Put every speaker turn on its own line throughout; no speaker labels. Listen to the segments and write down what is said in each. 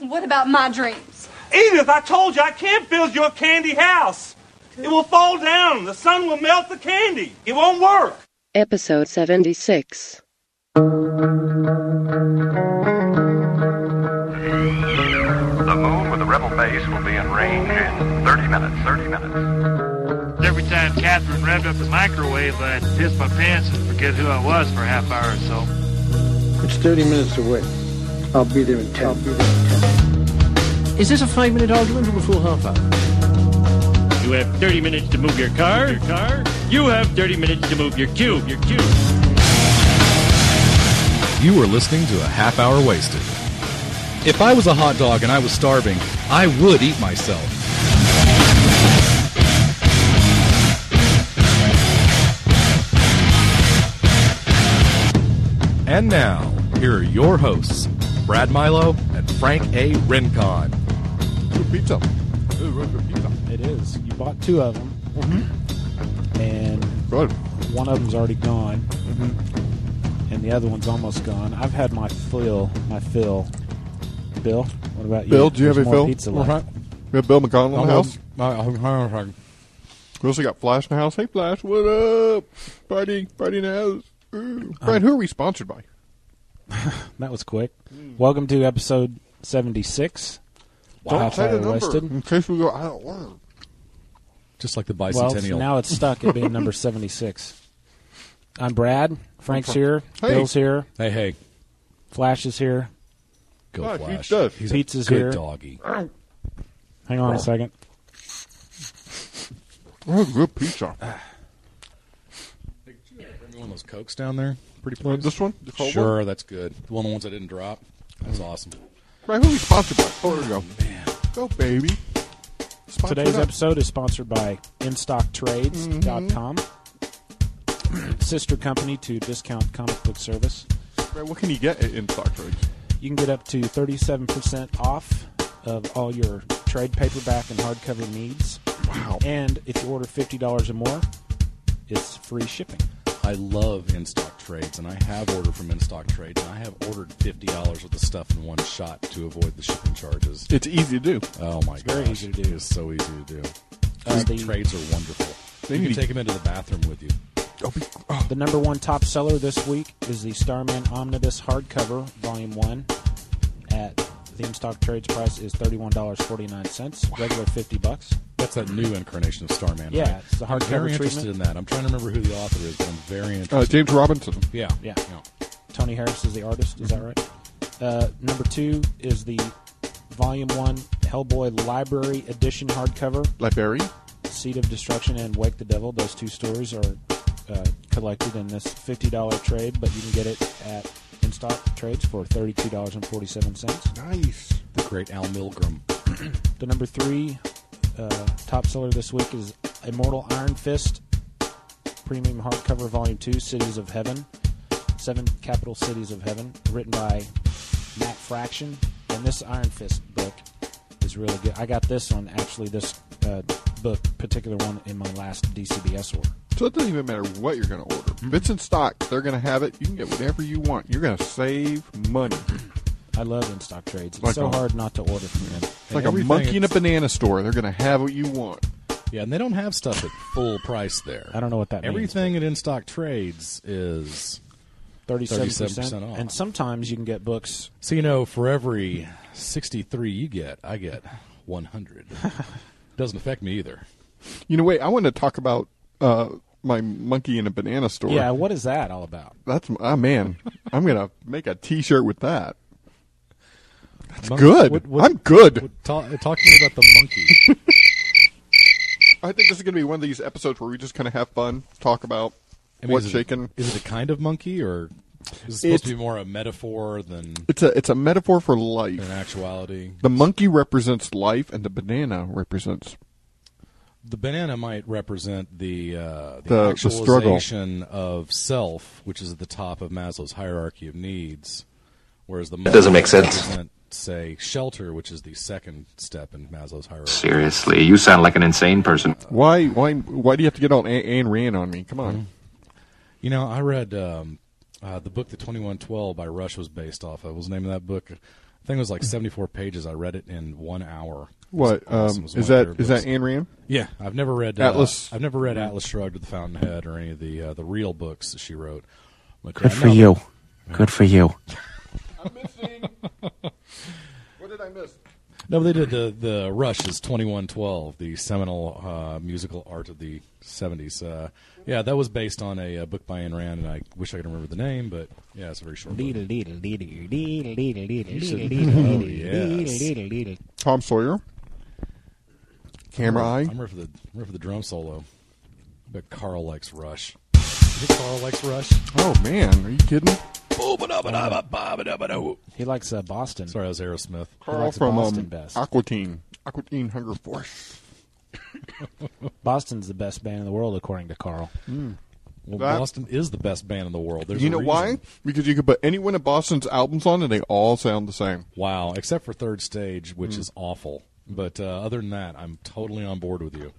What about my dreams?
Edith, I told you I can't build you a candy house. It will fall down. The sun will melt the candy. It won't work.
Episode 76.
The moon with the rebel base will be in range in 30 minutes. 30 minutes.
Every time Catherine revved up the microwave, I'd piss my pants and forget who I was for a half hour or so.
It's 30 minutes away. I'll be there in 10. I'll be there in 10.
Is this a five minute argument or a full half hour?
You have 30 minutes to move your car. Your car. You have 30 minutes to move your cube. Your cube.
You are listening to a half hour wasted. If I was a hot dog and I was starving, I would eat myself. And now, here are your hosts, Brad Milo and Frank A. Rincon. Pizza.
It is. You bought two of them,
Mm-hmm.
and
Good.
one of them's already gone,
Mm-hmm.
and the other one's almost gone. I've had my fill. My fill. Bill, what about you?
Bill, do you have
There's
a
more
Phil?
Pizza left.
We have Bill McConnell in the house.
House.
We also got Flash in the house. Hey, Flash, what up? Party, party in the house. Ooh. Brian, who are we sponsored by?
That was quick. Welcome to episode seventy-six.
Don't
Half
say
Hour
the number
Wasted.
in case we go out of order.
Just like the
Well,
bicentennial.
now it's stuck at being number seventy-six. I'm Brad. Frank's here.
Hey.
Bill's here.
hey, hey,
Flash is here.
go
Flash, Oh, he
Flash.
does.
He's
Pizza's
a good
here.
doggy.
Hang on a second.
Oh, good pizza.
One of those cokes down there. Pretty
Uh, this one? The cold
Sure, that's good. The one of the ones I didn't drop. That's
Hmm.
awesome.
one? Brian, who are we sponsored by? Oh, there we go. Go, baby. Sponsor
Today's
it up.
episode is sponsored by InStockTrades.com, sister company to Discount Comic Book Service.
Brian, what can you get at in stock trades?
You can get up to 37% off of all your trade paperback and hardcover needs.
Wow.
And if you order $50 or more, it's free shipping.
I love in stock trades, and I have ordered from in stock trades, and I have ordered fifty dollars worth of stuff in one shot to avoid the shipping charges.
It's easy to do.
Oh my god,
very easy to do.
It's so easy to do.
Uh,
These
the,
trades are wonderful.
They
you
need
can
to-
take them into the bathroom with you.
Oh, be- oh,
the number one top seller this week is the Starman Omnibus Hardcover Volume 1 at the InStock Trades price is $31.49, regular 50 bucks.
That's that new incarnation of Starman.
Yeah,
right?
it's the
I'm
hardcover
very interested
treatment.
in that. I'm trying to remember who the author is, but I'm very interested.
uh, James Robinson.
yeah,
Yeah. Tony Harris is the artist. Is that right? Uh, number two is the Volume One Hellboy Library Edition hardcover,
Liberi.
Seed of Destruction and Wake the Devil. Those two stories are uh, collected in this fifty dollar trade, but you can get it at in stock trades for thirty two dollars and forty seven cents.
Nice.
The great Al Milgram.
The number three uh, top seller this week is Immortal Iron Fist Premium Hardcover Volume Two, Cities of Heaven, Seven Capital Cities of Heaven, written by Matt Fraction. And this Iron Fist book is really good. I got this one actually, this uh, book particular one in my last DCBS order.
So it doesn't even matter what you're going to order.
Mm-hmm.
If it's in stock, they're going to have it. You can get whatever you want. You're going to save money.
Mm-hmm.
I love in stock trades. It's
Like
so
a-
hard not to order from them.
It's like a
Everything
monkey in a
it's-
banana store. They're going to have what you want.
Yeah, and they don't have stuff at full price there.
I don't know what that means,
Everything at in stock trades is
Thirty-seven
37%
percent
off.
and sometimes you can get books.
So you know, for every sixty-three you get, I get one hundred. Doesn't affect me either.
You know, wait. I want to talk about uh, my monkey in a banana store.
Yeah, what is that all about?
that's ah man. I'm going to make a T-shirt with that.
That's
good. I'm good.
talk, talk to me about the monkey.
I think this is going to be one of these episodes where we just kind of have fun, talk about
I mean,
what's
is
shaking.
It, is it a kind of monkey, or is it supposed
It's-
to be more a metaphor than
It's a it's a metaphor for life.
an actuality?
The monkey represents life, and the banana represents
The banana might represent the uh, the,
The- the struggle.
actualization of self, which is at the top of Maslow's hierarchy of needs, whereas the monkey
doesn't make sense.
represent, Say shelter, which is the second step in Maslow's hierarchy.
Seriously, you sound like an insane person.
Why? Why? Why do you have to get on A- Ayn Rand on me? Come on.
Mm-hmm. You know, I read um, uh, the book that Twenty One Twelve by Rush was based off of. What was the name of that book? I think it was like 74 pages. I read it in one hour.
What
It was
um,
awesome. It
is
was one of my
that?
favorite
Is that
books.
Anne Rand?
Yeah, I've never read uh,
Atlas.
I've never read Atlas Shrugged or The Fountainhead or any of the uh, the real books that she wrote. But uh,
Good
I
for
know-
you. Good for you.
I'm missing. what did I miss?
No, they did the the Rush is twenty one twelve, the seminal uh, musical art of the seventies. Uh, yeah, that was based on a, uh book by Ayn Rand, and I wish I could remember the name, but yeah, it's a very short. book. Oh, yes.
Tom Sawyer. Camera eye.
Oh, I'm ready for the I'm ready for the drum solo. But Carl likes Rush. You think Carl likes Rush.
Oh man, are you kidding?
He likes uh, Boston.
Sorry, I was Aerosmith.
Carl
likes
from
Boston
um,
best.
Aqua Teen. Aqua Teen Hunger Force.
Boston's the best band in the world, according to Carl.
Well,
That-
Boston is the best band in the world. There's
you
a
know
reason.
why? Because you could put any one of Boston's albums on, and they all sound the same.
Wow, except for third stage, which is awful. But uh, other than that, I'm totally on board with you.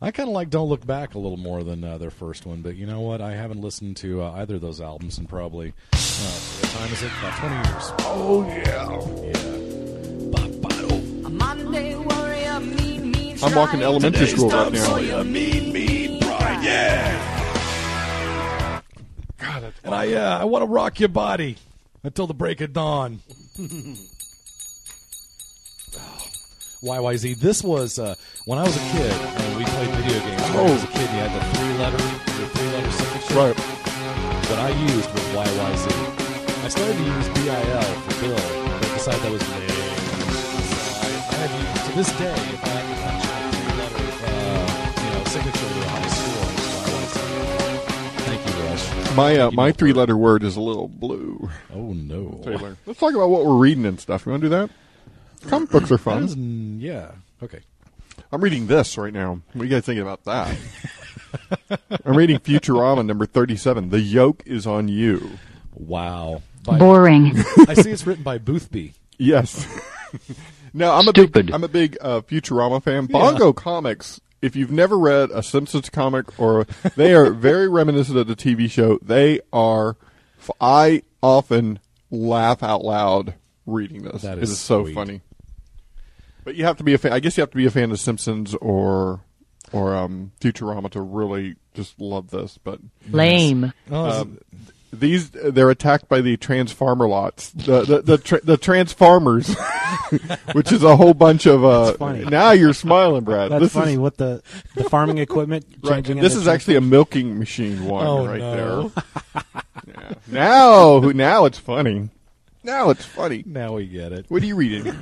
I kind of like Don't Look Back a little more than uh, their first one, but you know what? I haven't listened to uh, either of those albums in probably uh, what time is it? About 20 years.
Oh yeah. I'm walking to elementary school right now.
And I, uh, I want to rock your body until the break of dawn. YYZ. This was uh, when I was a kid and we played video games. When I was a kid, you had the three letter, the three letter signature.
Right.
What I used was YYZ. I started to use BIL for Bill, but decided that was big. So I, I have used to this day, if I if I check three letter, uh, you know, signature to a high school, it's YYZ. Thank you, Rush.
My uh, my three letter word is a little blue.
Oh no.
Taylor. Let's talk about what we're reading and stuff. You want to do that? Comic books are
That
fun.
is- mm, yeah. Okay.
I'm reading this right now. What are you guys thinking about that? I'm reading Futurama number 37. The yoke is on you.
Wow.
Boring.
I see it's written by Boothby.
Yes. no, I'm a
Stupid.
big, I'm a big uh, Futurama fan. Bongo Comics. If you've never read a Simpsons comic, or they are very reminiscent of the TV show. They are. f- I often laugh out loud reading this.
That
It
is
so
sweet.
funny. But you have to be a fan. I guess you have to be a fan of Simpsons or or um, Futurama to really just love this. But
Lame.
um, these they're attacked by the transformer lots, the the the, tra- the transformers, which is a whole bunch of. Uh,
funny.
Now you're smiling, Brad.
That's
this
funny.
Is,
what the, the farming equipment
right,
changing?
this
in
is
the-
actually a milking machine one
Oh,
right
no.
there. yeah. Now, who- now it's funny. Now it's funny.
now we get it.
What are you reading?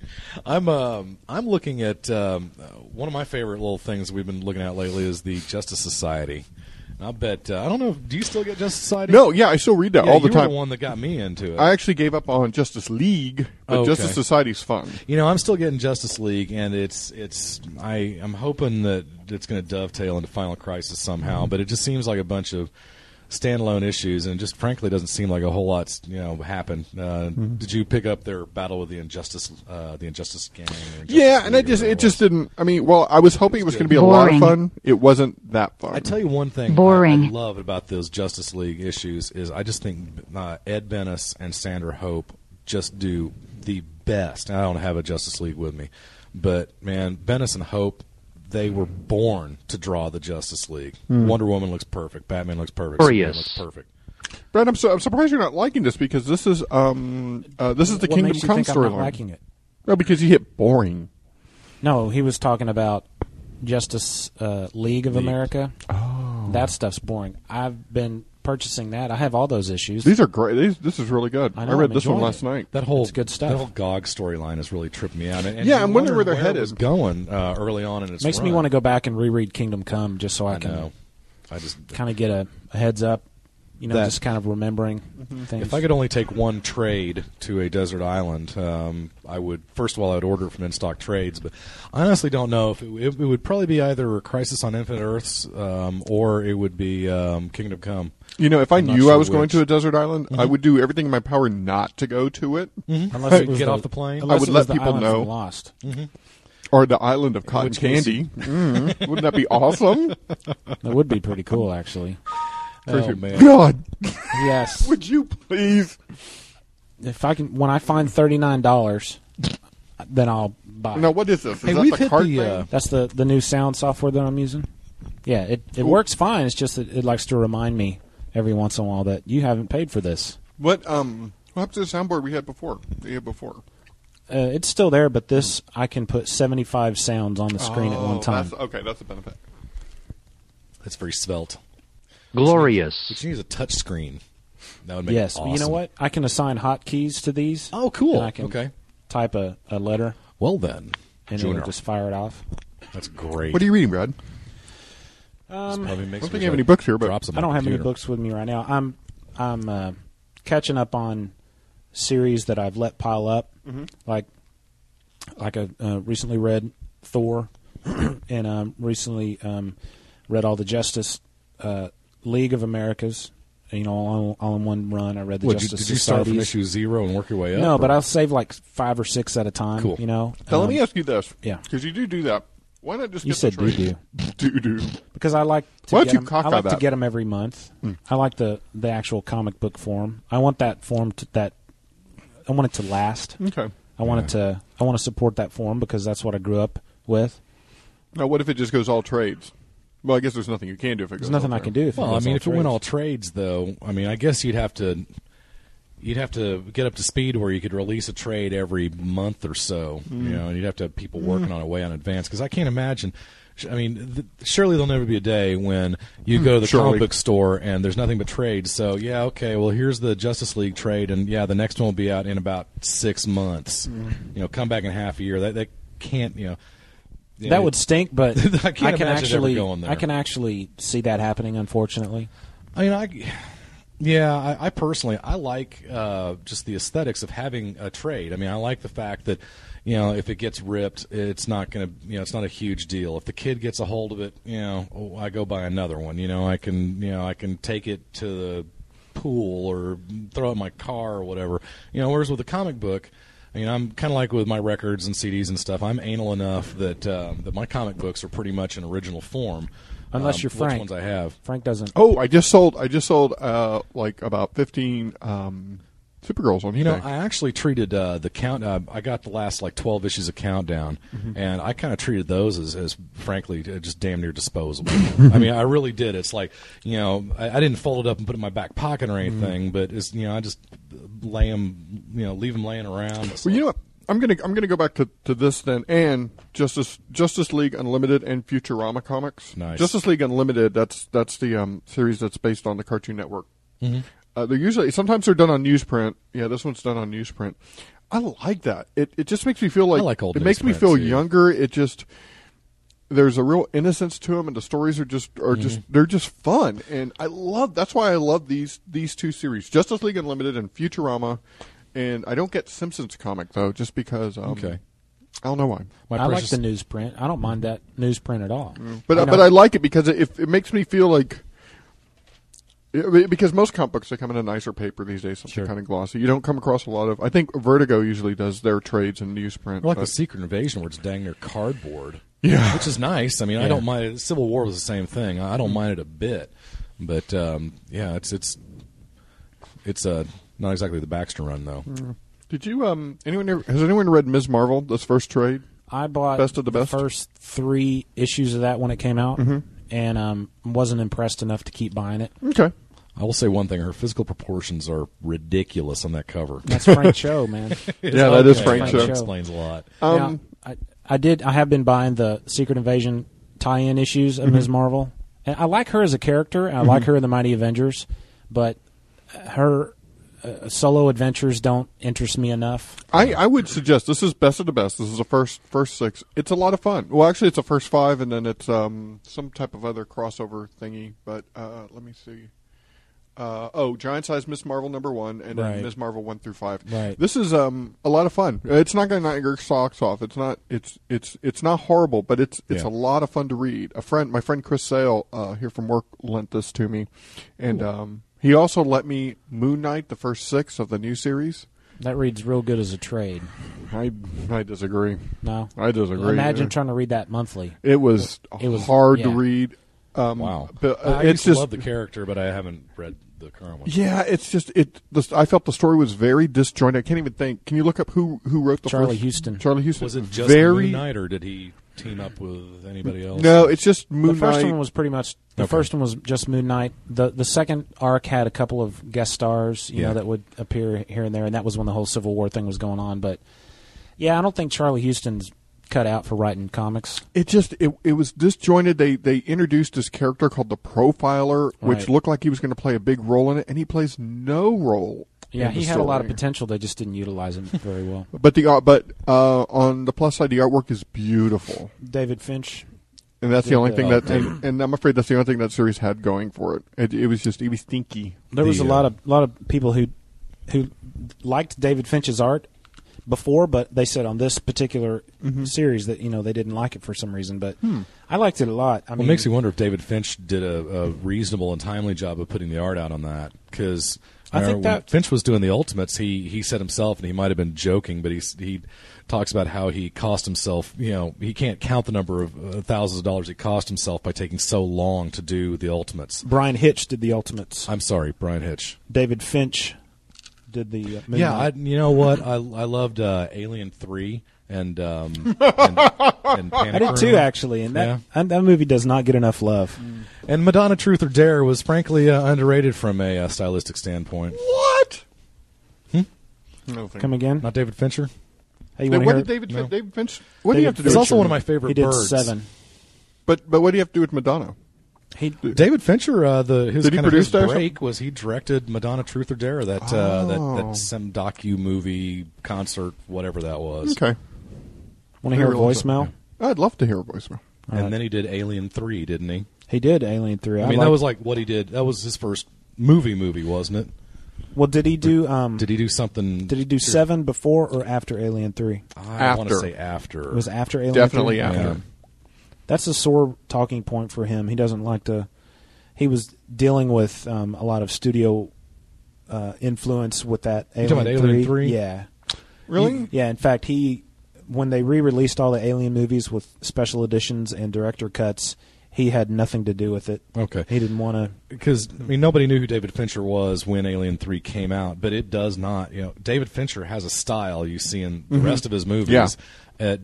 I'm um I'm looking at um, uh, one of my favorite little things we've been looking at lately is the Justice Society. And I bet uh, I don't know. Do you still get Justice Society?
no, yeah, I still read that
Yeah,
all the
you Were
time.
the one that got me into it.
I actually gave up on Justice League, but
Okay.
Justice Society's fun.
you know, I'm still getting Justice League, and it's it's I I'm hoping that it's going to dovetail into Final Crisis somehow.
Mm-hmm.
But it just seems like a bunch of standalone issues, and just frankly doesn't seem like a whole lot's you know happened. Uh,
Mm-hmm.
Did you pick up their battle with the Injustice uh, the Injustice gang? or Injustice
Yeah, and I
League or
just
whatever
it just
was?
didn't. I mean, well, I was hoping it was going to be a lot of
Boring.
fun. It wasn't that fun.
I tell you one thing. I-
Boring.
I, love about those Justice League issues is I just think uh, Ed Bennis and Sandra Hope just do the best. And I don't have a Justice League with me, but man, Bennis and Hope. They were born to draw the Justice League.
Hmm.
Wonder Woman looks perfect. Batman looks perfect. Superman
Furious.
looks perfect.
Brad, I'm, so, I'm surprised you're not liking this because this is um uh, this is the
what
Kingdom
makes you
Come
think I'm not
storyline.
liking it?
No, because you hit boring.
No, he was talking about Justice uh, League of America. Oh, that stuff's boring. I've been purchasing that. I have all those issues.
These are great. These, this is really good.
I
I,
know,
read
I'm
this one
enjoying
last
it.
night.
That whole
It's good stuff.
That whole GOG storyline has really tripped me out. And, and
Yeah,
you
I'm wondering
wonder
where they're
it was
headed.
going uh, early on in its
Makes me
run.
want to go back and reread Kingdom Come just so I,
I know.
can
I just
kind of get a, a heads up. You know,
That-
just kind of remembering things.
Mm-hmm. If I could only take one trade to a desert island, um, I would. First of all, I would order it from in stock trades, but I honestly don't know if it, it, would probably be either Crisis on Infinite Earths um, or it would be um, Kingdom Come.
You know, if I
I'm not
knew I
sure
was going
which.
to a desert island, I
Mm-hmm.
would do everything in my power not to go to it,
unless it was
Get off the plane. Mm-hmm.
unless
I would
it
let
was the
people
Island from
know.
Lost.
or the island of cotton
which case-
candy. Mm, wouldn't that be awesome?
Oh, That would be pretty cool, actually.
Oh man,
God,
Yes.
would you please?
if I can, when I find thirty nine dollars, then I'll buy.
Now, what is this? Is
Hey,
that
we've
the
hit
cart
the,
thing?
uh,
That's the the new sound software that I'm using. Yeah, it it works fine. It's just that it likes to remind me every once in a while that you haven't paid for this.
What um what happened to the soundboard we had before? We had before.
Uh, it's still there, but this I can put seventy five sounds on the screen at
Oh,
one time.
That's, okay, that's a benefit.
That's very svelte. We
Glorious.
should use a touch screen. That would make
Yes,
it
but you know
awesome.
what? I can assign hotkeys to these.
Oh, cool.
And I can
Okay.
type a, a letter
Well then,
and
Junior.
it'll just fire it off.
that's great.
What are you reading, Brad?
Um,
Probably makes
I don't
me
think I have
like
any books here, but-
drops on
I
my
don't have any
computer.
books with me right now. I'm I'm uh, catching up on series that I've let pile up,
Mm-hmm.
like like I uh, recently read Thor, and um, recently um, read all the Justice uh, League of Americas. You know, all, all in one run. I read the
What, did, you,
Justice
did you start from
Societies.
issue zero and work your way up?
No, but
or-
I'll save like five or six at a time.
Cool.
You know,
Now, let
Um,
me ask you this.
yeah.
Because you do do that. Why not just
You
get
said
the trade? Do do.
because I like to
Why don't
get
you
'em-
cock
I like
eye
to
that?
get them every month.
Hmm.
I like the the actual comic book form. I want that form to that. I want it to last.
Okay.
I want it to. I want to support that form because that's what I grew up with.
Now, what if it just goes all trades? Well, I guess there's nothing you can do if it goes.
There's nothing
all
I can
trades.
do. If
Well,
it
I
goes
mean,
all
if it went
trades.
all trades, though, I mean, I guess you'd have to you'd have to get up to speed where you could release a trade every month or so.
Mm.
You know, and you'd have to have people working on it way in advance because I can't imagine. sh- I mean, th- surely there'll never be a day when
Mm.
you go to the
Surely.
comic book store and there's nothing but trades. So yeah, okay, well here's the Justice League trade, and yeah, the next one will be out in about six months.
Mm.
You know, come back in half a year. That that can't you know. you
that
know,
would stink, but
I
I,
can't imagine it
can
ever
actually.
going there.
I can actually see that happening. Unfortunately,
I mean, I, yeah, I, I personally, I like uh, just the aesthetics of having a trade. I mean, I like the fact that, you know, if it gets ripped, it's not going to, you know, it's not a huge deal. If the kid gets a hold of it, you know, oh, I go buy another one. You know, I can, you know, I can take it to the pool or throw it in my car or whatever. You know, whereas with a comic book. I mean, I'm kind of like with my records and CDs and stuff. I'm anal enough that um, that my comic books are pretty much in original form,
Unless
um,
you're Frank.
Which ones I have?
Frank doesn't.
Oh, I just sold. I just sold uh, like about fifteen um, Supergirls on eBay.
You know, I actually treated uh, the count. Uh, I got the last like twelve issues of Countdown, and I kind of treated those as, as frankly, uh, just damn near disposable. I mean, I really did. It's like you know, I, I didn't fold it up and put it in my back pocket or anything, but it's you know, I just uh, lay them, you know, leave them laying around. It's
well, you know
like-
what? I'm gonna I'm gonna go back to, to this then and Justice Justice League Unlimited and Futurama comics.
Nice.
Justice League Unlimited. That's that's the um, series that's based on the Cartoon Network.
Mm-hmm.
Uh, they're usually sometimes they're done on newsprint. Yeah, this one's done on newsprint. I like that. It it just makes me feel like,
like old
it makes me
newsprint,
feel
too.
younger. It just there's a real innocence to them, and the stories are just are
Mm-hmm.
just they're just fun, and I love. That's why I love these these two series, Justice League Unlimited and Futurama. And I don't get Simpsons comic though, just because um,
Okay.
I don't know why.
my
I like
precious- Mm-hmm.
the newsprint. I don't mind that newsprint at all.
But
You
I
know,
but I like it because it, if- it makes me feel like it- because most comic books they come in a nicer paper these days, something
Sure.
kind of glossy. You don't come across a lot of. I think Vertigo usually does their trades in newsprint.
Or like the
but-
Secret Invasion, where it's dang near cardboard.
Yeah.
which is nice. I mean, I don't mind. Civil War was the same thing. I don't mind it a bit. But um, yeah, it's it's it's uh, not exactly the Baxter run though.
Did you um anyone ever- has anyone read Ms. Marvel this first trade?
I bought
Best of the best? Mm-hmm.
first three issues of that when it came out, and um, wasn't impressed enough to keep buying it.
Okay,
I will say one thing: her physical proportions are ridiculous on that cover.
That's Frank Cho, man.
yeah, that is
Okay.
Frank
Frank
Cho.
That explains a lot.
Um,
Now, I, I did. I have been buying the Secret Invasion tie-in issues of Ms. Marvel, and I like her as a character. And I like her in the Mighty Avengers, but her uh, solo adventures don't interest me enough.
I, I would suggest this is best of the best. This is the first first six. It's a lot of fun. Well, actually, it's a first five, and then it's um some type of other crossover thingy. But uh, let me see. Uh, oh, giant size Miss Marvel number one, and
Right.
then Miss Marvel one through five.
Right.
This is um a lot of fun. It's not going to knock your socks off. It's not. It's it's it's not horrible, but it's it's
Yeah.
a lot of fun to read. A friend, my friend Chris Sale uh, here from work, lent this to me, and um he also let me Moon Knight the first six of the new series.
That reads real good as a trade.
I I disagree.
No,
I disagree.
Imagine
Yeah.
trying to read that monthly.
It was
It was-
hard to
yeah.
read. Um,
Wow.
but, uh,
I
it's
used to
just
love the character, but I haven't read the current one.
Yeah, it's just it. The, I felt the story was very disjointed. I can't even think. Can you look up who who wrote the
Charlie
first-
Houston.
Charlie Houston
Was it just
very
Moon Knight, or did he team up with anybody else?
No, it's just Moon
the first
Knight.
one was pretty much the
Okay.
first one was just Moon Knight. The the second arc had a couple of guest stars, you
Yeah.
know, that would appear here and there, and that was when the whole Civil War thing was going on. But yeah, I don't think Charlie Houston's cut out for writing comics.
it just it, it was disjointed. They they introduced this character called the Profiler, which
Right.
looked like he was going to play a big role in it, and he plays no role.
Yeah,
in the
he had a lot of
story.
potential. They just didn't utilize him very well.
But the art, but uh, on the plus side, the artwork is beautiful,
David Finch.
and that's the
Yeah,
only
yeah.
thing that. And, and I'm afraid that's the only thing that series had going for it. It, it was just it was stinky.
There was a
The,
lot
uh,
of lot of people who who liked David Finch's art before, but they said on this particular
Mm-hmm.
series that you know they didn't like it for some reason. But I liked it a lot. I
Well,
mean,
it Hmm. makes you wonder if David Finch did a, a reasonable and timely job of putting the art out on that because
I think that-
Finch was doing the Ultimates. He he said himself, and he might have been joking, but he s- he talks about how he cost himself. You know, he can't count the number of uh, thousands of dollars he cost himself by taking so long to do the Ultimates.
Brian Hitch did the Ultimates.
I'm sorry, Brian Hitch.
David Finch did the uh, Moon
Yeah, I,
Knight.
you know what? I I loved uh, Alien Three and um and, and
I
Panic
did too,
Room.
actually, and that
Yeah. Mm.
and that movie does not get enough love.
And Madonna Truth or Dare was frankly uh, underrated from a uh, stylistic standpoint.
What? No thank
Come again?
Not David Fincher.
Hey, you
Now,
wanna
what
hear-
did David,
No.
Fin- David Finch? What do you
David
have to do?
It's
with
also one of
Sherman?
my favorite
He did
birds.
seven.
But but what do you have to do with Madonna?
He
David Fincher, uh, the his
Did he
kind of
produce
his
that or
break was he directed Madonna Truth or Dare that uh, that
Oh.
that some docu movie concert whatever that was,
Okay,
want to hear a
Real-
voicemail?
I'd love to hear a voicemail.
and then he did Alien Three, didn't he?
He did Alien Three.
I, mean,
like-
that was like what he did. That was his first movie, movie wasn't it?
well. Did he do? Um,
Did he do something?
Did he do seven before or after Alien Three?
I want to
After.
say after.
It was after Alien.
Definitely
3?
after.
Yeah.
That's a sore talking point for him. He doesn't like to. He was dealing with um, a lot of studio uh, influence with that Alien,
talking about Alien 3?
Yeah,
Really?
He- yeah. In fact, he when they re-released all the Alien movies with special editions and director cuts, he had nothing to do with it.
Okay.
he didn't want to.
because I mean nobody knew who David Fincher was when Alien Three came out, but it does not. You know, David Fincher has a style you see in the rest of his movies.
Mm-hmm. Yeah.
It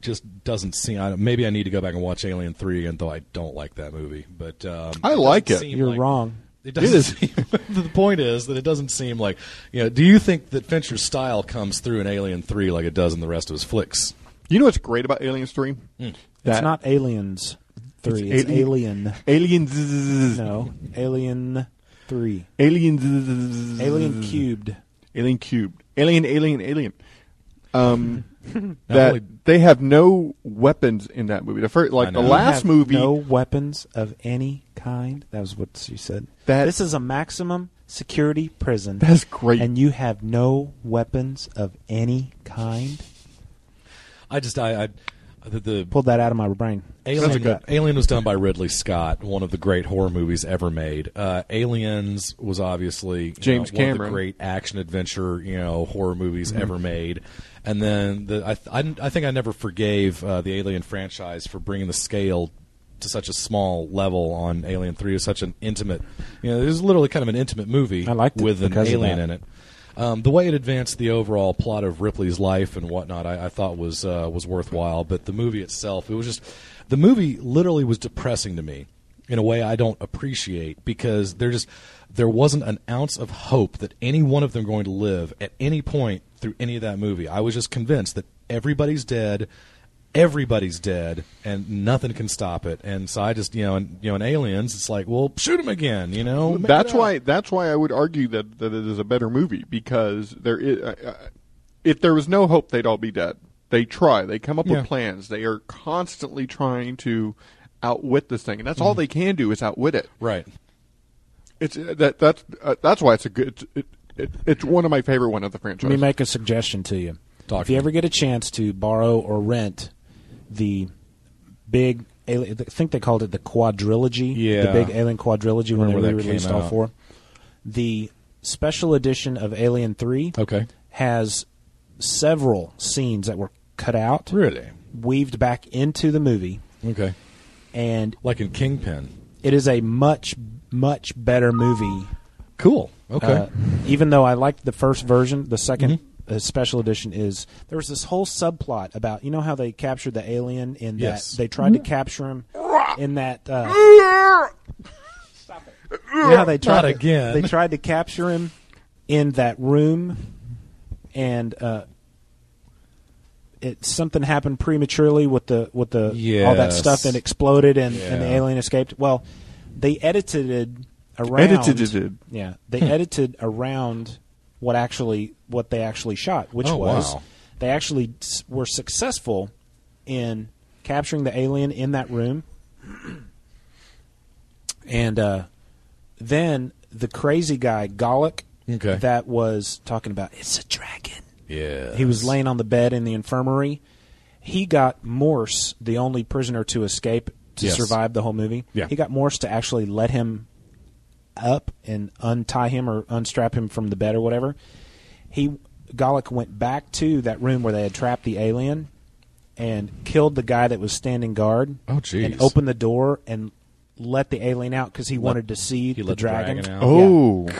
just doesn't seem. I, maybe I need to go back and watch Alien Three, and though I don't like that movie, but um,
I
it
like
doesn't
it.
seem
You're
like-
wrong.
It doesn't.
is.
seem- the point is that it doesn't seem like. You know, do you think that Fincher's style comes through in Alien Three like it does in the rest of his flicks?
You know what's great about Alien Three?
Hmm. It's not Aliens Three. It's,
Alien-
Alien.
Aliens.
No, Alien Three.
Aliens.
Alien Cubed.
Alien cubed. Alien. Alien. Alien. Um,
Not
that
only-
they have no weapons in that movie. The first,
I
like the
know.
last
have
movie,
No weapons of any kind. That was what she said.
That-
this is a maximum security prison.
That's great.
And you have no weapons of any kind.
I just I, I the, the
Pulled that out of my brain.
Alien,
Said that.
Alien was done by Ridley Scott, one of the great horror movies ever made. Uh, Aliens was obviously you
James
know, one of
Cameron.
the great action adventure you know horror movies
Mm-hmm.
ever made. And then the, I, I, I think I never forgave uh, the Alien franchise for bringing the scale to such a small level on Alien Three. Is such an intimate, you know, there's literally kind of an intimate movie
I liked it
with an
because of
alien
that.
in it. Um, the way it advanced the overall plot of Ripley's life and whatnot, I, I thought was uh, was worthwhile. But the movie itself, it was just the movie literally was depressing to me in a way I don't appreciate because there just there wasn't an ounce of hope that any one of them going to live at any point through any of that movie. I was just convinced that everybody's dead. Everybody's dead, and nothing can stop it. And so I just, you know, and you know, in Aliens, it's like, well, shoot them again, you know. make it
that's
up.
why that's why I would argue that that it is a better movie because there is, uh, uh, if there was no hope, they'd all be dead. They try. They come up
Yeah.
with plans. They are constantly trying to outwit this thing, and that's
Mm-hmm.
all they can do is outwit it.
right.
It's uh, that that's uh, that's why it's a good. It, it, it's one of my favorite one of the franchise.
Let me make a suggestion to you.
Talk
if
to
you
me.
ever get a chance to borrow or rent the big, alien, I think they called it the quadrilogy.
Yeah.
The big Alien quadrilogy when they
Remember that
re-released
came
all
out.
four. The special edition of Alien Three.
Okay.
Has several scenes that were cut out,
Really?
weaved back into the movie,
Okay.
and
Like in Kingpin.
it is a much much better movie
Cool. Okay.
Uh, even though I liked the first version, the 2nd
Mm-hmm.
uh, special edition is there was this whole subplot about you know how they captured the alien in that
Yes.
they tried to capture him in that. Uh, Stop it. You know how they tried
Not
to-
again.
They tried to capture him in that room, and uh, it something happened prematurely with the with the all that
Yes.
stuff and exploded, and, and the
Yeah.
alien escaped. Well, they edited around.
Edited.
Yeah,
Hmm.
they edited around what actually what they actually shot, which
Oh,
was
wow.
they actually s- were successful in capturing the alien in that room, and uh, then the crazy guy Golic
Okay.
that was talking about it's a dragon.
yeah.
He was laying on the bed in the infirmary. He got Morse, the only prisoner to escape to
Yes.
survive the whole movie.
Yeah.
He got Morse to actually let him up and untie him or unstrap him from the bed or whatever. He Golic went back to that room where they had trapped the alien and killed the guy that was standing guard.
Oh, jeez.
And opened the door and let the alien out because he wanted to see
he
the
let the
dragon.
dragon out.
Yeah.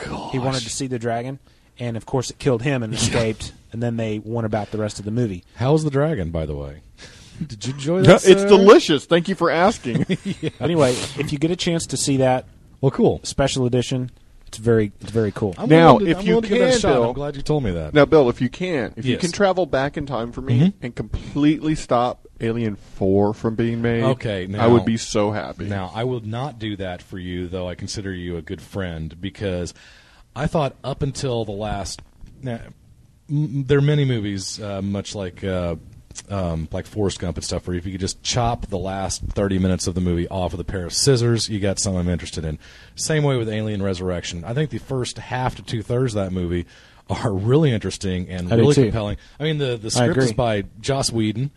Oh,
He wanted to see the dragon, and of course, it killed him and escaped. and then they went about the rest of the movie.
How's the dragon, by the way? Did you enjoy that?
it's
sir?
delicious. Thank you for asking.
Anyway, if you get a chance to see that
Well, cool.
special edition, it's very, it's very cool.
I'm
Now,
willing to-
if
I'm
you
willing to give that a
can,
shot.
Bill-
I'm glad you told me that.
now, Bill, if you can, if you
Yes. Mm-hmm.
can travel back in time for me and completely stop Alien Four from being made,
Okay,
I
now-
would be so happy.
Now, I will not do that for you, though I consider you a good friend, because I thought up until the last. Now, m- there are many movies, uh, much like. Uh, um, like Forrest Gump and stuff, where if you could just chop the last thirty minutes of the movie off with a pair of scissors, you got something I'm interested in. Same way with Alien Resurrection. I think the first half to two thirds of that movie are really interesting and
I do
really
too.
compelling. I mean, the the
I
script is
agree.
by Joss Whedon,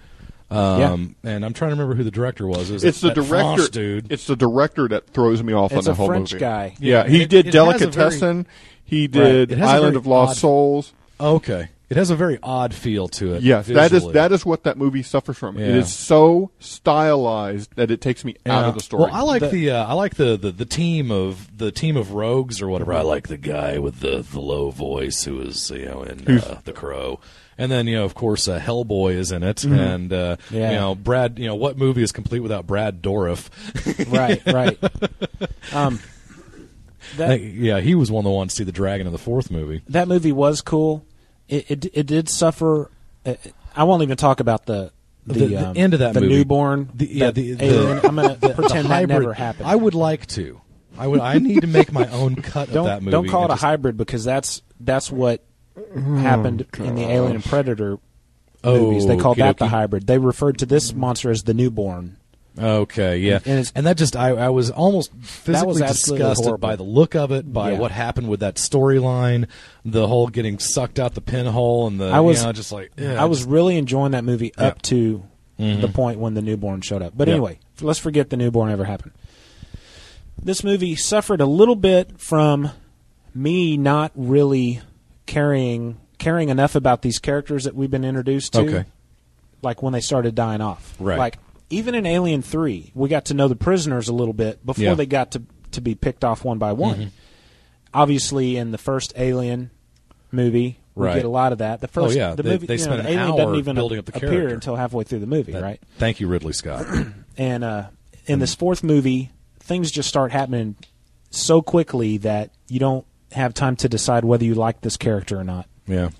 um, and I'm trying to remember who the director was. It was
it's the
that
director,
French dude.
It's the director that throws me off
It's
on the
a
whole
French
movie.
guy.
Yeah,
Yeah,
he
it-
did
it has a very-
Delicatessen. He
Right.
did
It has a
Island
very
of Lost
odd-
Souls.
Okay. It has a very odd feel to it.
Yes, that is
visually.
that is what that movie suffers from. It
Yeah.
is so stylized that it takes me out
Yeah.
of the story.
Well, I like the, uh, I like the, the, the team of the team of rogues or whatever. I like the guy with the, the low voice who is you know in uh, the Crow, and then you know of course uh, Hellboy is in it,
Mm-hmm.
and uh,
Yeah.
you know Brad. You know what movie is complete without Brad Dorff?
right, right. Um, that
I think- Uh, yeah, he was one of the ones to see the dragon in the fourth movie.
that movie was cool. It it, it did suffer. uh, I won't even talk about the the,
The- the
um,
end of that
the
movie.
newborn.
The- yeah,
that
the- the-
alien. I'm going to
The
pretend that
hybrid-
never happened.
I would like to. I would. I need to make my own cut
don't
of that movie.
don't call it
and
a
just-
hybrid because that's that's what happened in the Alien and Predator
Oh,
movies. They called that the
okey-dokey.
hybrid. They referred to this monster as the newborn.
Okay, yeah,
And
and,
it's-
that just I, I was almost
That
physically
was absolutely
disgusted
horrible.
by the look of it, by
Yeah.
what happened with that storyline, the whole getting sucked out the pinhole, and the
I was
you know, just like yeah,
I was really enjoying that movie up
Yeah. Mm-hmm.
to the point when the newborn showed up. But
Yeah.
anyway, f- let's forget the newborn ever happened. This movie suffered a little bit from me not really carrying caring enough about these characters that we've been introduced to.
Okay.
Like when they started dying off.
Right.
Like even in Alien 3, we got to know the prisoners a little bit before
Yeah. Mm-hmm.
they got to to be picked off one by one. Obviously in the first Alien movie, we
Right.
get a lot of that. The
Oh,
first-
yeah,
the
they-
movie,
they
you know,
spent
the
an
alien
hour
doesn't even
building up the
appear
character.
until halfway through the movie,
that- Hmm.
right?
Thank you, Ridley Scott.
And uh, in this fourth movie, things just start happening so quickly that you don't have time to decide whether you like this character or not.
yeah,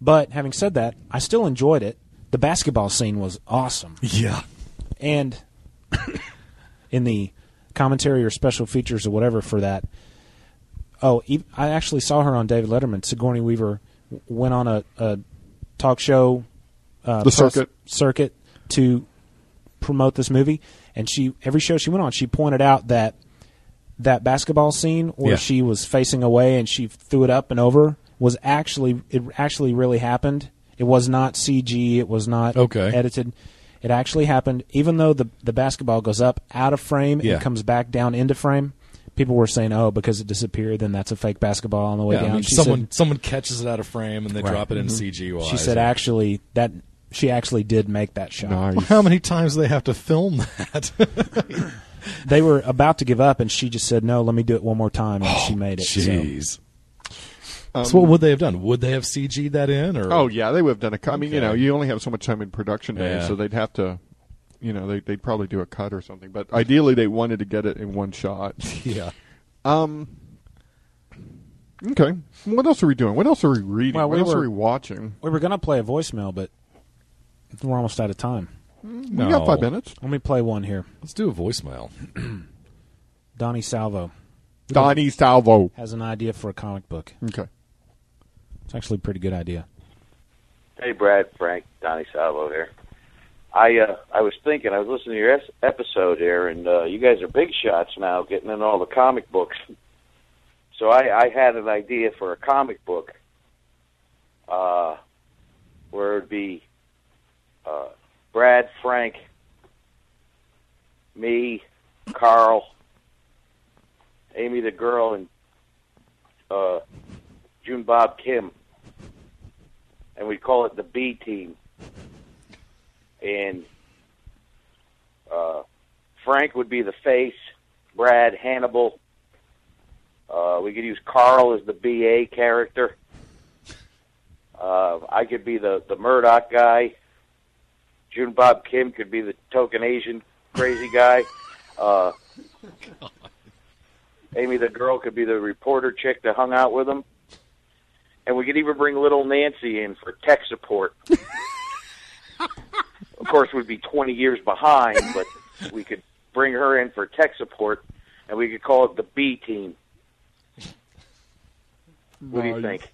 But having said that, I still enjoyed it. The basketball scene was awesome,
yeah,
and in the commentary or special features or whatever for that. Oh, ev- I actually saw her on David Letterman. Sigourney Weaver w- went on a, a talk show
the
press
circuit.
circuit to promote this movie and she every show she went on she pointed out that that basketball scene where
Yeah.
she was facing away and she threw it up and over was actually it actually really happened it was not cg it was not
Okay.
edited it actually happened even though the the basketball goes up out of frame
Yeah.
and comes back down into frame people were saying oh because it disappeared then that's a fake basketball on the way
yeah.
down
I mean,
she
someone
said,
someone catches it out of frame and they
Right. Mm-hmm.
drop it in CG.
she said actually that she actually did make that shot
Nice.
How many times do they have to film that?
they were about to give up, and she just said, "No, let me do it one more time," and she made it. so.
Oh, Jeez. so what would they have done? Would they have CG'd that in? Or
Oh yeah, they would have done a cut. I mean, you
Okay.
know, you only have so much time in production day,
Yeah.
so they'd have to, you know, they, they'd probably do a cut or something. But ideally, they wanted to get it in one shot.
yeah.
Um. Okay. What else are we doing? What else are we reading?
Well,
what
we
else
were-
are we watching?
We were gonna play a voicemail, but we're almost out of time.
We got
No.
five minutes.
Let me play one here.
Let's do a voicemail.
Donnie Salvo
Donnie Salvo.
has an idea for a comic book.
Okay.
It's actually a pretty good idea.
Hey, Brad, Frank, Donnie Salvo here. I uh, I was thinking, I was listening to your es- episode there, and uh, you guys are big shots now, getting in all the comic books. So I, I had an idea for a comic book, uh, where it'd be uh, Brad, Frank, me, Carl, Amy the girl, and uh, June Bob Kim and we call it the B team. And uh, Frank would be the face, Brad Hannibal. Uh, we could use Carl as the BA character. Uh, I could be the the Murdoch guy. June Bob Kim could be the token Asian crazy guy. Uh, Amy the girl could be the reporter chick that hung out with him. And we could even bring little Nancy in for tech support. of course, we'd be 20 years behind, but we could bring her in for tech support, and we could call it the B team. What do you think?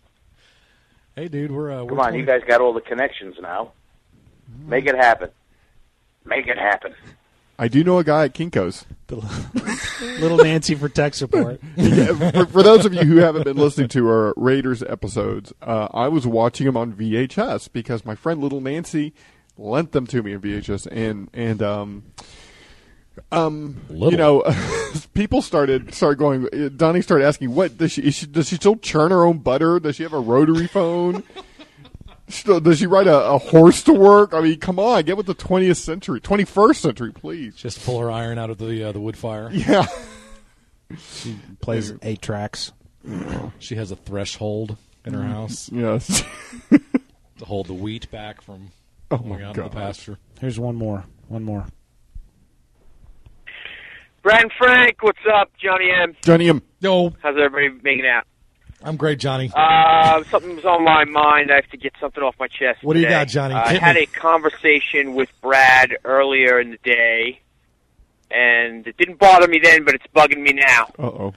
Hey, dude, we're uh, we're
Come on,
20
you guys got all the connections now. Make it happen. Make it happen.
I do know a guy at Kinko's.
Little Nancy for tech support.
Yeah, for, for those of you who haven't been listening to our Raiders episodes, uh, I was watching them on VHS because my friend Little Nancy lent them to me in VHS, and and um, um,
Little.
you know, people started started going. Donnie started asking, "What does she, is she? Does she still churn her own butter? Does she have a rotary phone?" Still, does she ride a, a horse to work? I mean, come on, get with the 20th century, 21st century, please.
just pull her iron out of the uh, the wood fire.
Yeah.
Plays eight tracks.
She has a threshold in her house
Yes.
to hold the wheat back from
Oh
going
my
out in the
God.
pasture.
Here's one more. One more.
Brad and Frank, what's up? Johnny M.
Johnny M.
No,
How's everybody making out?
I'm great, Johnny.
Uh, something was on my mind. I have to get something off my chest.
What do you
today.
got, Johnny?
I
Hit
Uh, had
me.
a conversation with Brad earlier in the day, and it didn't bother me then, but it's bugging me now.
Uh oh.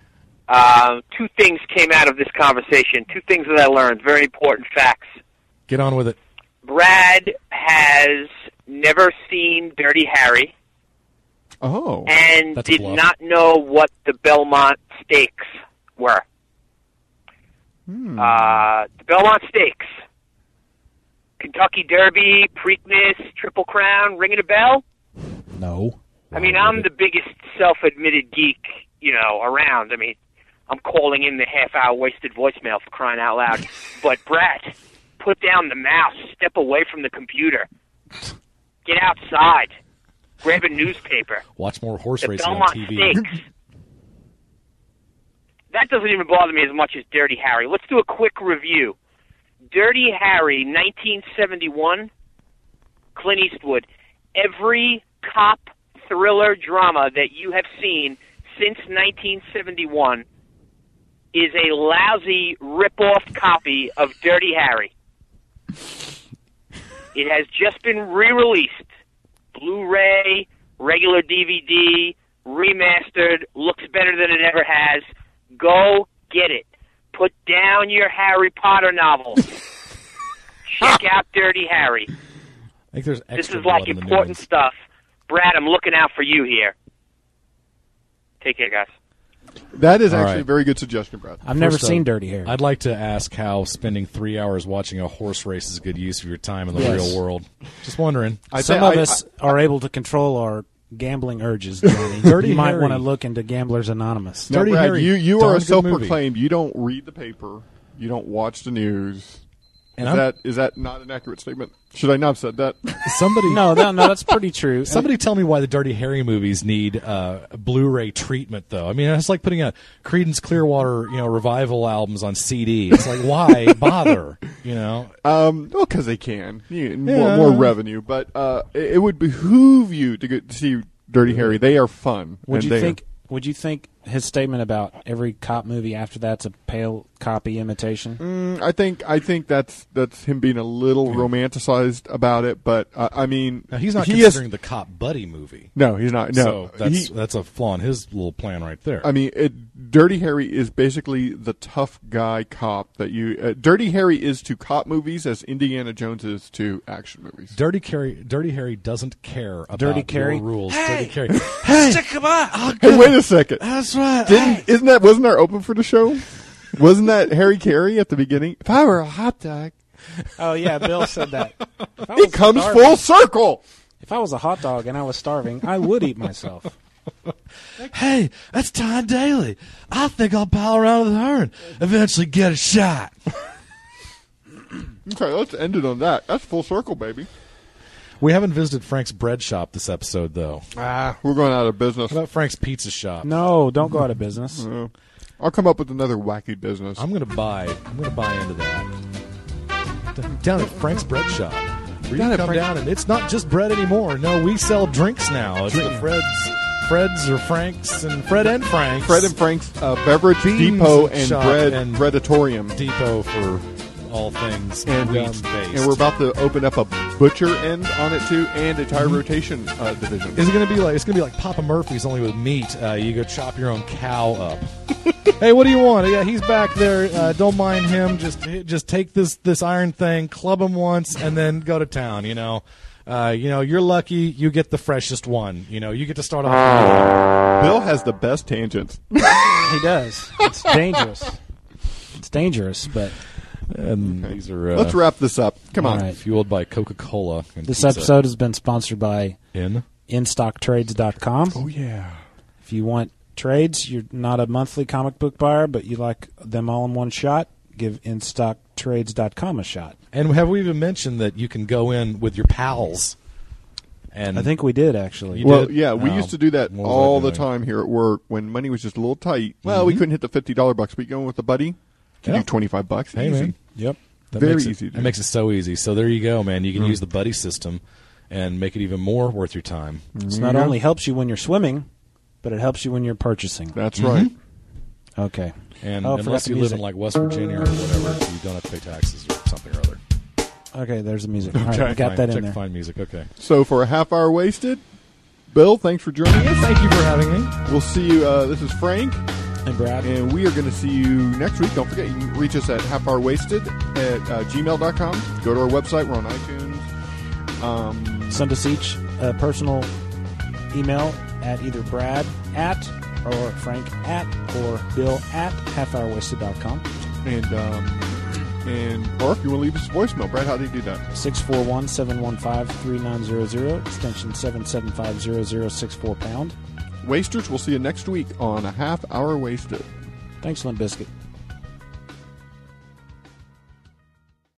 Um, two things came out of this conversation. Two things that I learned. Very important facts.
Get on with it.
Brad has never seen Dirty Harry
Oh.
and
That's
did
bluff.
not know what the Belmont stakes were.
Hmm.
Uh, the Belmont Stakes, Kentucky Derby, Preakness, Triple Crown, ringing a bell.
No.
I mean, I'm the biggest self-admitted geek, you know, around. I mean, I'm calling in the half-hour wasted voicemail for crying out loud. but Brett, put down the mouse, step away from the computer, get outside, grab a newspaper.
Watch more horse
The
racing on
Belmont
TV.
Stakes. that doesn't even bother me as much as Dirty Harry. Let's do a quick review. Dirty Harry, 1971, Clint Eastwood. Every cop thriller drama that you have seen since 1971 is a lousy rip-off copy of Dirty Harry. It has just been re-released. Blu-ray, regular DVD, remastered, looks better than it ever has. Go get it. Put down your Harry Potter novels. Check out Dirty Harry.
I think there's
This
extra
is like
blood in the new
important
ones.
stuff. Brad, I'm looking out for you here. Take care, guys.
That is
All
actually a
right.
very good suggestion, Brad.
I've never
First up,
seen Dirty Hair.
I'd like to ask how spending three hours watching a horse race is a good use of your time in the
Yes.
real world. Just wondering.
I
Some
think-
of
I-
us are able to control our gambling urges, Johnny.
Dirty
you might
Harry.
want to look into Gamblers Anonymous.
No,
Dirty
Brad,
Harry,
you you
darn
are a
good movie.
self-proclaimed. You don't read the paper. You don't watch the news.
And
is
I'm-
that is that not an accurate statement? Should I not have said that?
Somebody
No, no, no, that's pretty true.
Somebody tell me why the Dirty Harry movies need uh, Blu-ray treatment, though. I mean, it's like putting out Creedence Clearwater, you know, revival albums on CD. It's like, why bother? You know,
Um, well, because they can You-
Yeah.
more, more revenue, but uh, it, it would behoove you to go to see Dirty Harry. They are fun.
Would
and
you
they are-
think? Would you think his statement about every cop movie after that's a pale copy imitation?
Mm, I think I think that's that's him being a little romanticized about it, but uh, I mean,
Now, he's not
he is-
considering the cop buddy movie.
No, he's not. No.
so that's uh,
He- Um,
that's a flaw in his little plan right there.
I mean, it, Dirty Harry is basically the tough guy cop that you. Uh, Dirty Harry is to cop movies as Indiana Jones is to action movies.
Dirty Harry, Dirty Harry doesn't care about
Dirty
your
Carry?
rules.
Hey!
Dirty Carry.
Hey,
Come on. I'll
hey, wait a second.
That's right.
Didn't isn't that wasn't our open for the show? wasn't that Harry Carey at the beginning? If I were a hot dog,
Oh yeah, Bill said that. If I
He
was
comes
starving-
full circle.
If I was a hot dog and I was starving, I would eat myself.
Hey, that's Todd Daly. I think I'll pile around with her and eventually get a shot.
Okay, let's end it on that. That's full circle, baby.
We haven't visited Frank's bread shop this episode, though.
Ah, we're going out of business.
How about Frank's pizza shop?
No, don't go out of business.
Yeah. I'll come up with another wacky business.
I'm gonna buy. I'm gonna buy into that. D- Down at Frank's Bread Shop, where you
Down
come
at Frank-
down and it's not just bread anymore. No, we sell drinks now. It's the Fred's, Fred's or Frank's, and Fred and Frank's.
Fred and Frank's uh, Beverage
Beans
Depot and
Shop
Bread
and
Breadatorium.
Depot for all things
And, um,
wheat based.
and we're about to open up a butcher end on it too, and a tire rotation uh, division.
Is Mm-hmm. it gonna be like it's gonna be like Papa Murphy's only with meat? Uh, you go chop your own cow up. hey, what do you want? Yeah, he's back there. Uh, don't mind him. Just just take this this iron thing, club him once, and then go to town. You know, uh, you know you're lucky. You get the freshest one. You know, you get to start off.
Bill has the best tangents.
He does. It's dangerous. It's dangerous, but
And these are. Uh,
Let's wrap this up. Come
All
on.
right.
Fueled by Coca Cola.
this episode has been sponsored by
In?
InStockTrades.com.
Oh yeah.
If you want trades, you're not a monthly comic book buyer, but you like them all in one shot, give InStockTrades.com a shot.
And have we even mentioned that you can go in with your pals?
Mm.
And
I think we did actually.
You
Well,
did?
yeah, we
No.
used to do that
What was I
all the
doing? Mm-hmm.
time here at work when money was just a little tight. Well, we couldn't hit the fifty dollar bucks, but you going with a buddy, can
Yeah.
do twenty five bucks.
Hey,
easy.
man.
Yep.
That
Very
makes it,
easy to
That
do.
makes it so easy. So there you go, man. You can
Mm.
use the buddy system and make it even more worth your time.
It's not only helps you when you're swimming, but it helps you when you're purchasing.
That's
Mhm.
right.
Okay.
And
Oh, I forgot
unless
the
you live
music.
in like West Virginia or whatever, you don't have to pay taxes or something or other.
Okay, there's the music. All right,
Okay.
we got
Fine.
that in
Check
there.
Fine music. Okay.
So for a half hour wasted, Bill, thanks for joining us.
Thank you for having me.
We'll see you. Uh, this is Frank.
And Brad.
And we are going to see you next week. Don't forget, you can reach us at halfhourwasted at uh, gmail.com. Go to our website. We're on iTunes. Um,
Send us each a personal email at either Brad at or Frank at or Bill at halfhourwasted.com.
and, um, and, or if you want to leave us a voicemail, Brad, how do you do that?
641 715 3900, extension 7750064 pound.
Wasters, we'll see you next week on a half hour wasted.
Thanks, Limp Biscuit.